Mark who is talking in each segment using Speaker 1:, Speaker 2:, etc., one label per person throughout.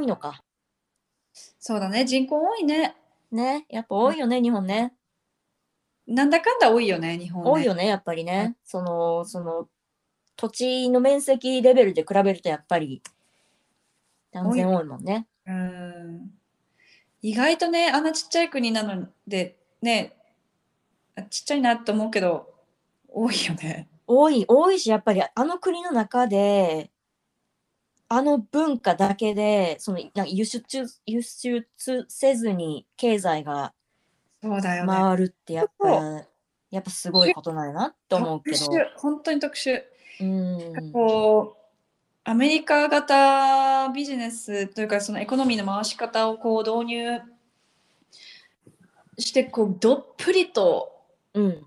Speaker 1: いのか。
Speaker 2: そうだね、人口多いね。
Speaker 1: ね、やっぱ多いよね、日本ね。
Speaker 2: なんだかんだ多いよね、日本、ね。
Speaker 1: 多いよね、やっぱりね。その、その、土地の面積レベルで比べるとやっぱり断然多いもんね。
Speaker 2: うん。意外とね、あんなちっちゃい国なので、ね、あちっちゃいなと思うけど、多いよね。
Speaker 1: 多い、多いし、やっぱりあの国の中で、あの文化だけで、そのなんか輸出輸出せずに経済が
Speaker 2: そうだよね。
Speaker 1: 回るってやっぱり
Speaker 2: そ
Speaker 1: やっぱすごいことなんやなと思うけど
Speaker 2: 特。殊、本当に特殊。
Speaker 1: うん、
Speaker 2: こうアメリカ型ビジネスというかそのエコノミーの回し方をこう導入してこうどっぷりと
Speaker 1: うん、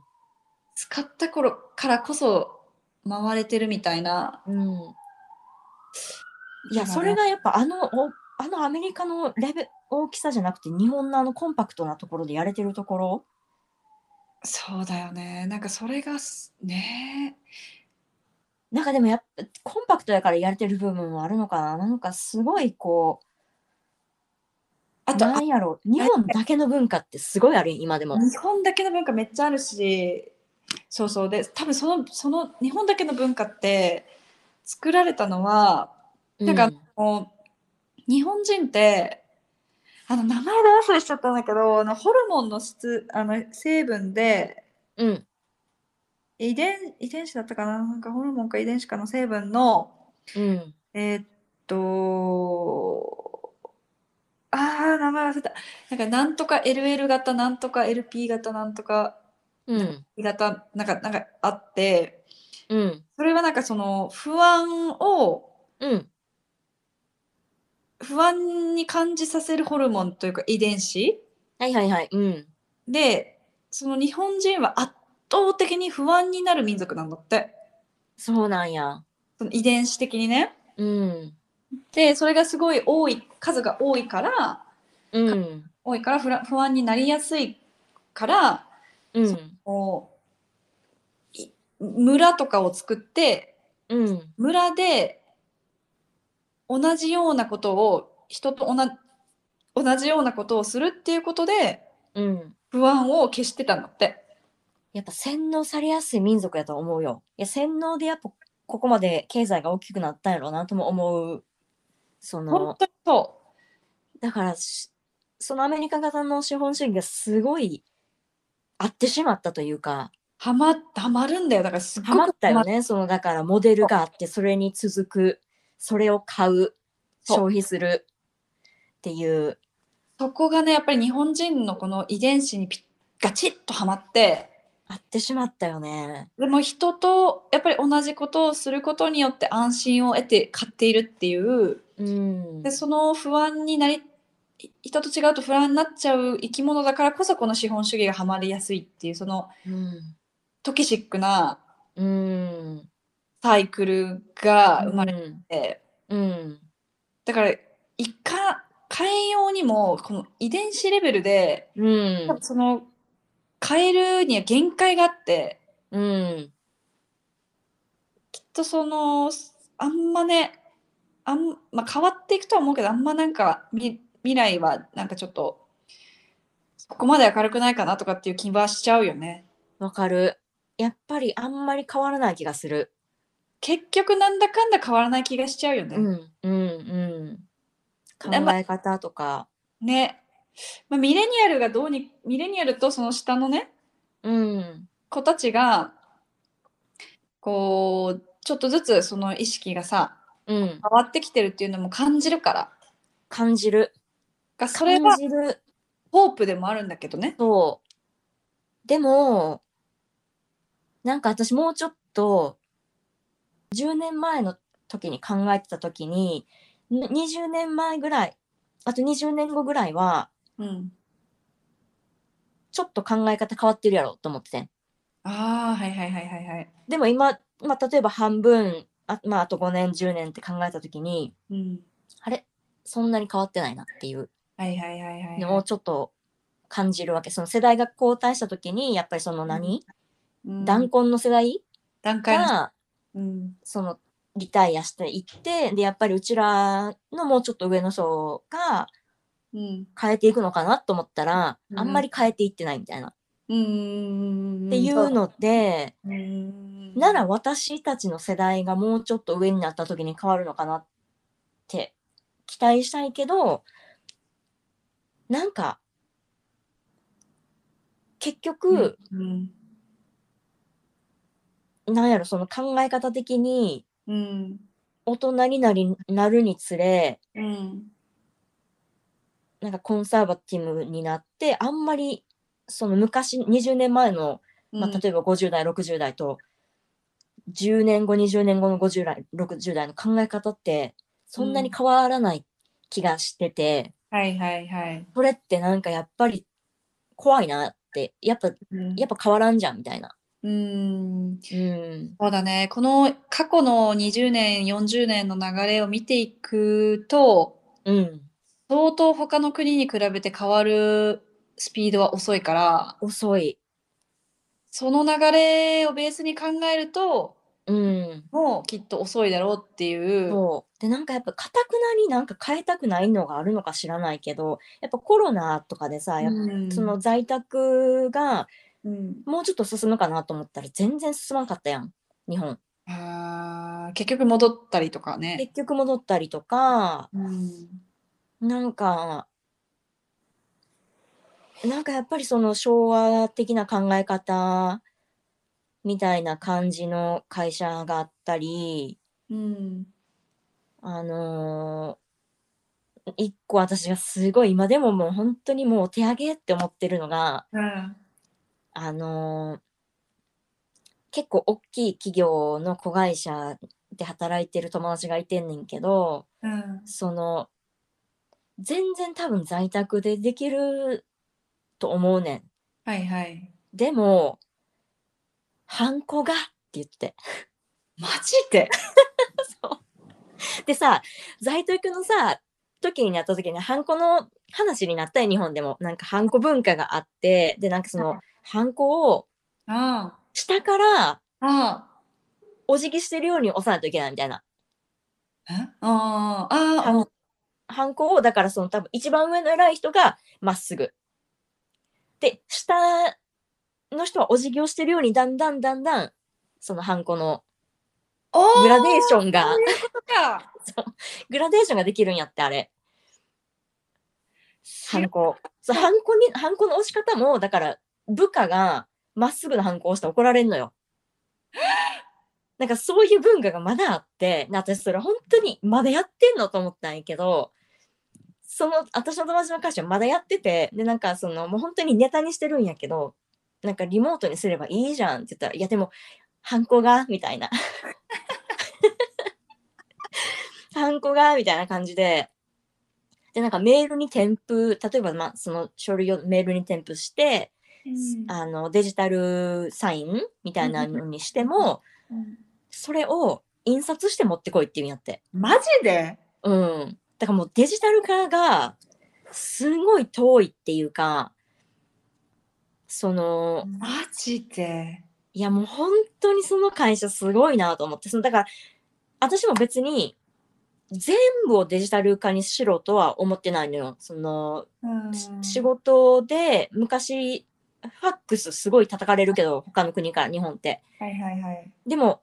Speaker 2: 使った頃からこそ回れてるみたいな。
Speaker 1: うん。いや、
Speaker 2: だから
Speaker 1: それがやっぱあの、おあのアメリカのレベ大きさじゃなくて、日本のあのコンパクトなところでやれてるところ。
Speaker 2: そうだよね。なんかそれがすね
Speaker 1: なんかでもやっぱコンパクトやからやれてる部分もあるのかな。なんかすごいこう、
Speaker 2: あと
Speaker 1: なんやろう、日本だけの文化ってすごいあるやん今でも。
Speaker 2: 日本だけの文化めっちゃあるしそうそうで多分そのその日本だけの文化って作られたのはなんかもう日本人ってあの名前で忘れしちゃったんだけどあのホルモンの質あの成分で
Speaker 1: うん、うん、
Speaker 2: 遺伝遺伝子だったかななんかホルモンか遺伝子かの成分の
Speaker 1: うん。
Speaker 2: えーっとあー名前忘れたなんかなんとか LL 型なんとか LP 型なんとか
Speaker 1: うん、
Speaker 2: E 型なんかなんかあって
Speaker 1: うん、
Speaker 2: それはなんかその不安を
Speaker 1: うん、
Speaker 2: 不安に感じさせるホルモンというか遺伝子
Speaker 1: はいはいはい、うん。
Speaker 2: でその日本人は圧倒的に不安になる民族なんだって
Speaker 1: そうなんや。
Speaker 2: その遺伝子的にね
Speaker 1: うん、
Speaker 2: でそれがすごい多い数が多いから
Speaker 1: うん、
Speaker 2: 多いから不ら不安になりやすいから
Speaker 1: うん、
Speaker 2: こうい村とかを作って
Speaker 1: うん、
Speaker 2: 村で同じようなことを人と同じ同じようなことをするっていうことで
Speaker 1: うん。
Speaker 2: 不安を消してたんだって。
Speaker 1: やっぱ洗脳されやすい民族やと思うよ。いや洗脳でやっぱここまで経済が大きくなったんやろうなとも思う。そ
Speaker 2: 本
Speaker 1: の
Speaker 2: 当にそう
Speaker 1: だからしそのアメリカ型の資本主義がすごい合ってしまったというか
Speaker 2: はまはまるんだよだからすっご
Speaker 1: ハ
Speaker 2: く
Speaker 1: マったよ
Speaker 2: ハマ
Speaker 1: ね。そのだからモデルがあってそれに続くそれを買う
Speaker 2: そう
Speaker 1: 消費するっていう。
Speaker 2: そこがねやっぱり日本人のこの遺伝子にピッガチッとはまって
Speaker 1: 合ってしまったよね。
Speaker 2: でも人とやっぱり同じことをすることによって安心を得て買っているっていう
Speaker 1: うん。
Speaker 2: でその不安になりい人と違うと不安になっちゃう生き物だからこそこの資本主義がはまりやすいっていうその
Speaker 1: うん。
Speaker 2: トキシックな
Speaker 1: うん。
Speaker 2: サイクルが生まれ
Speaker 1: うん。
Speaker 2: て、
Speaker 1: うん。
Speaker 2: だから一か変えようにもこの遺伝子レベルで
Speaker 1: うん
Speaker 2: 多分その変えるには限界があって
Speaker 1: うん。
Speaker 2: きっとそのあんまねあん、まあ、変わっていくとは思うけどあんまなんかみ未来はなんかちょっとここまで明るくないかなとかっていう気はしちゃうよね。
Speaker 1: わかる。やっぱりあんまり変わらない気がする。
Speaker 2: 結局なんだかんだ変わらない気がしちゃうよね。
Speaker 1: うん、うん、うん。考
Speaker 2: でま
Speaker 1: え方とか。
Speaker 2: ね。まあ、ミレニアルがどうにミレニアルとその下のね
Speaker 1: うん、
Speaker 2: 子たちがこうちょっとずつその意識がさ
Speaker 1: うん。
Speaker 2: 変わってきてるっていうのも感じるから
Speaker 1: 感じる。
Speaker 2: がそれ
Speaker 1: 感
Speaker 2: は
Speaker 1: じる。
Speaker 2: ホープでもあるんだけどね。
Speaker 1: そう。でも、なんか私もうちょっと、10年前の時に考えてた時に、に20年前ぐらい、あと20年後ぐらいは、
Speaker 2: うん、
Speaker 1: ちょっと考え方変わってるやろと思っててん。
Speaker 2: ああはいはいはいはいはい。
Speaker 1: でも今、まあ、例えば半分、あまあ、あと5年、10年って考えた時に、
Speaker 2: うん、
Speaker 1: あれそんなに変わってないなっていう
Speaker 2: はいはいはいはい
Speaker 1: の
Speaker 2: は
Speaker 1: をちょっと感じるわけ。その世代が交代した時に、やっぱりその何、
Speaker 2: い。うん
Speaker 1: 断根の世代
Speaker 2: 段階の
Speaker 1: が、
Speaker 2: うん
Speaker 1: そのリタイアしていってでやっぱりうちらのもうちょっと上の層が
Speaker 2: うん
Speaker 1: 変えていくのかなと思ったら、
Speaker 2: うん
Speaker 1: あんまり変えていってないみたいな、
Speaker 2: うん
Speaker 1: っていうので、
Speaker 2: うん
Speaker 1: なら私たちの世代がもうちょっと上になった時に変わるのかなって期待したいけどなんか結局、
Speaker 2: うん
Speaker 1: なんやろその考え方的に
Speaker 2: うん
Speaker 1: 大人になりなるにつれ
Speaker 2: うん
Speaker 1: なんかコンサバティブになってあんまりその昔20年前の、まあ、例えば50代60代と10年後20年後の50代60代の考え方ってそんなに変わらない気がしてて、
Speaker 2: はいはいはい。
Speaker 1: それってなんかやっぱり怖いなってやっぱ
Speaker 2: うん
Speaker 1: やっぱ変わらんじゃんみたいな。
Speaker 2: うん
Speaker 1: うん
Speaker 2: そうだね。この過去の20年、40年の流れを見ていくと、
Speaker 1: うん、
Speaker 2: 相当他の国に比べて変わるスピードは遅いから、
Speaker 1: 遅い、
Speaker 2: その流れをベースに考えると、
Speaker 1: うん、
Speaker 2: もうきっと遅いだろうっていう。
Speaker 1: そうでなんかやっぱかたくなになんか変えたくないのがあるのか知らないけどやっぱコロナとかでさ、やっぱ
Speaker 2: うん
Speaker 1: その在宅が
Speaker 2: うん
Speaker 1: もうちょっと進むかなと思ったら全然進まんかったやん日本。
Speaker 2: あー結局戻ったりとかね。
Speaker 1: 結局戻ったりとか
Speaker 2: うん
Speaker 1: なんかなんかやっぱりその昭和的な考え方みたいな感じの会社があったり
Speaker 2: うん
Speaker 1: あのー一個私がすごい今でももう本当にもうお手上げって思ってるのが、
Speaker 2: うん
Speaker 1: あのー結構大きい企業の子会社で働いてる友達がいてんねんけど
Speaker 2: うん
Speaker 1: その全然多分在宅でできると思うねん。
Speaker 2: はいはい。
Speaker 1: でもハンコがって言って。
Speaker 2: マジで
Speaker 1: でさ在宅のさ時になった時にハンコの話になったよ日本でもなんかハンコ文化があってでなんかそのハンコを
Speaker 2: あ
Speaker 1: 下から
Speaker 2: あ。あ
Speaker 1: お辞儀してるように押さないといけないみたいな
Speaker 2: あ。えああ。ああ。
Speaker 1: ハンコをだからその多分一番上の偉い人がまっすぐで下の人はお辞儀をしてるようにだんだんだんだんそのハンコの
Speaker 2: お
Speaker 1: グラデーションが
Speaker 2: そういうことか。
Speaker 1: グラデーションができるんやってあれハンコ。そう、ハンコに、ハンコの押し方も、だから、部下がまっすぐなハンコを押したら怒られんのよ。なんかそういう文化がまだあって、な私それ本当にまだやってんのと思ったんやけど、その私の友達の会社まだやってて、で、なんかそのもう本当にネタにしてるんやけど、なんかリモートにすればいいじゃんって言ったら、いやでも、ハンコが、みたいな。ハンコが、みたいな感じで、でなんかメールに添付例えば、まあ、その書類をメールに添付して、
Speaker 2: うん
Speaker 1: あのデジタルサインみたいなのにしても、それを印刷して持ってこいっていうんやって。
Speaker 2: マジで
Speaker 1: うん、だからもうデジタル化がすごい遠いっていうかその
Speaker 2: マジで
Speaker 1: いやもう本当にその会社すごいなと思ってそのだから私も別に全部をデジタル化にしろとは思ってないのよ。そのし仕事で昔ファックスすごい叩かれるけど他の国から日本って
Speaker 2: はいはいはい。
Speaker 1: でも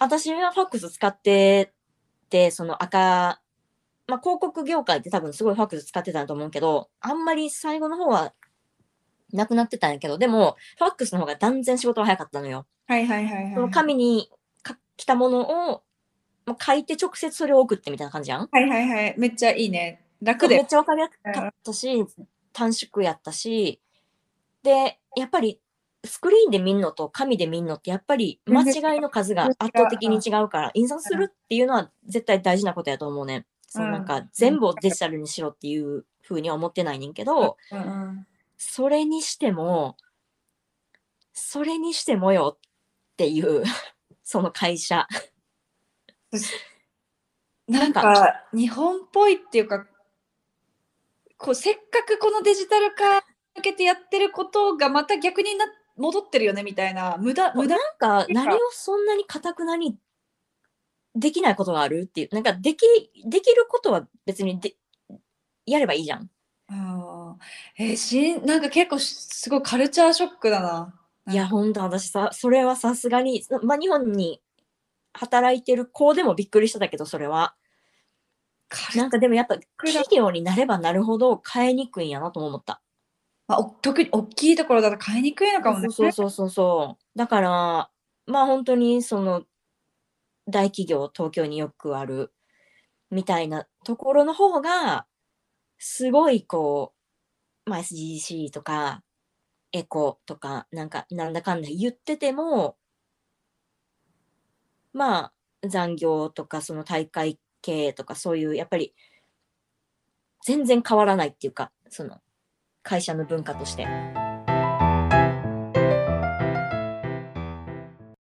Speaker 1: 私はファックス使っててその赤まあ広告業界って多分すごいファックス使ってたと思うけどあんまり最後の方はなくなってたんやけどでもファックスの方が断然仕事が早かったのよ。
Speaker 2: はいはいはいはい。
Speaker 1: その紙にか来たものをまあ書いて直接それを送ってみたいな感じやん。
Speaker 2: はいはいはい。めっちゃいいね。楽
Speaker 1: め
Speaker 2: で
Speaker 1: っ。ちゃわかりやすかったし、短縮やったし、で、やっぱりスクリーンで見んのと紙で見んのってやっぱり間違いの数が圧倒的に違うから、印刷するっていうのは絶対大事なことやと思うねん。そのなんか全部をデジタルにしろっていうふうには思ってないねんけど、
Speaker 2: うんうん
Speaker 1: それにしても、それにしてもよっていう、 その会社。
Speaker 2: なんか日本っぽいっていうか、こうせっかくこのデジタル化に向けてやってることがまた逆にな戻ってるよねみたいな無駄無駄
Speaker 1: なんか
Speaker 2: てか
Speaker 1: 何をそんなにかたくなにできないことがあるっていう、なんかでき、できることは別にで、やればいいじゃん。
Speaker 2: ああ、えーしん、なんか結構しすごいカルチャーショックだな。
Speaker 1: いや、ほんと私さ、それはさすがに、まあ、日本に働いてる子でもびっくりしただけど、それは。
Speaker 2: カル
Speaker 1: なんかでもやっぱ
Speaker 2: ルチャー
Speaker 1: 企業になればなるほど変えにくいんやなとも思った。
Speaker 2: まあ、お特に大きいところだと買いにくいのかもね。
Speaker 1: そうそうそうそう。だから、まあ本当にその大企業、東京によくあるみたいなところの方が、すごいこう、まあ、SGC とか、エコとか、なんか、なんだかんだ言ってても、まあ、残業とか、その大会経営とか、そういう、やっぱり、全然変わらないっていうか、その、会社の文化として。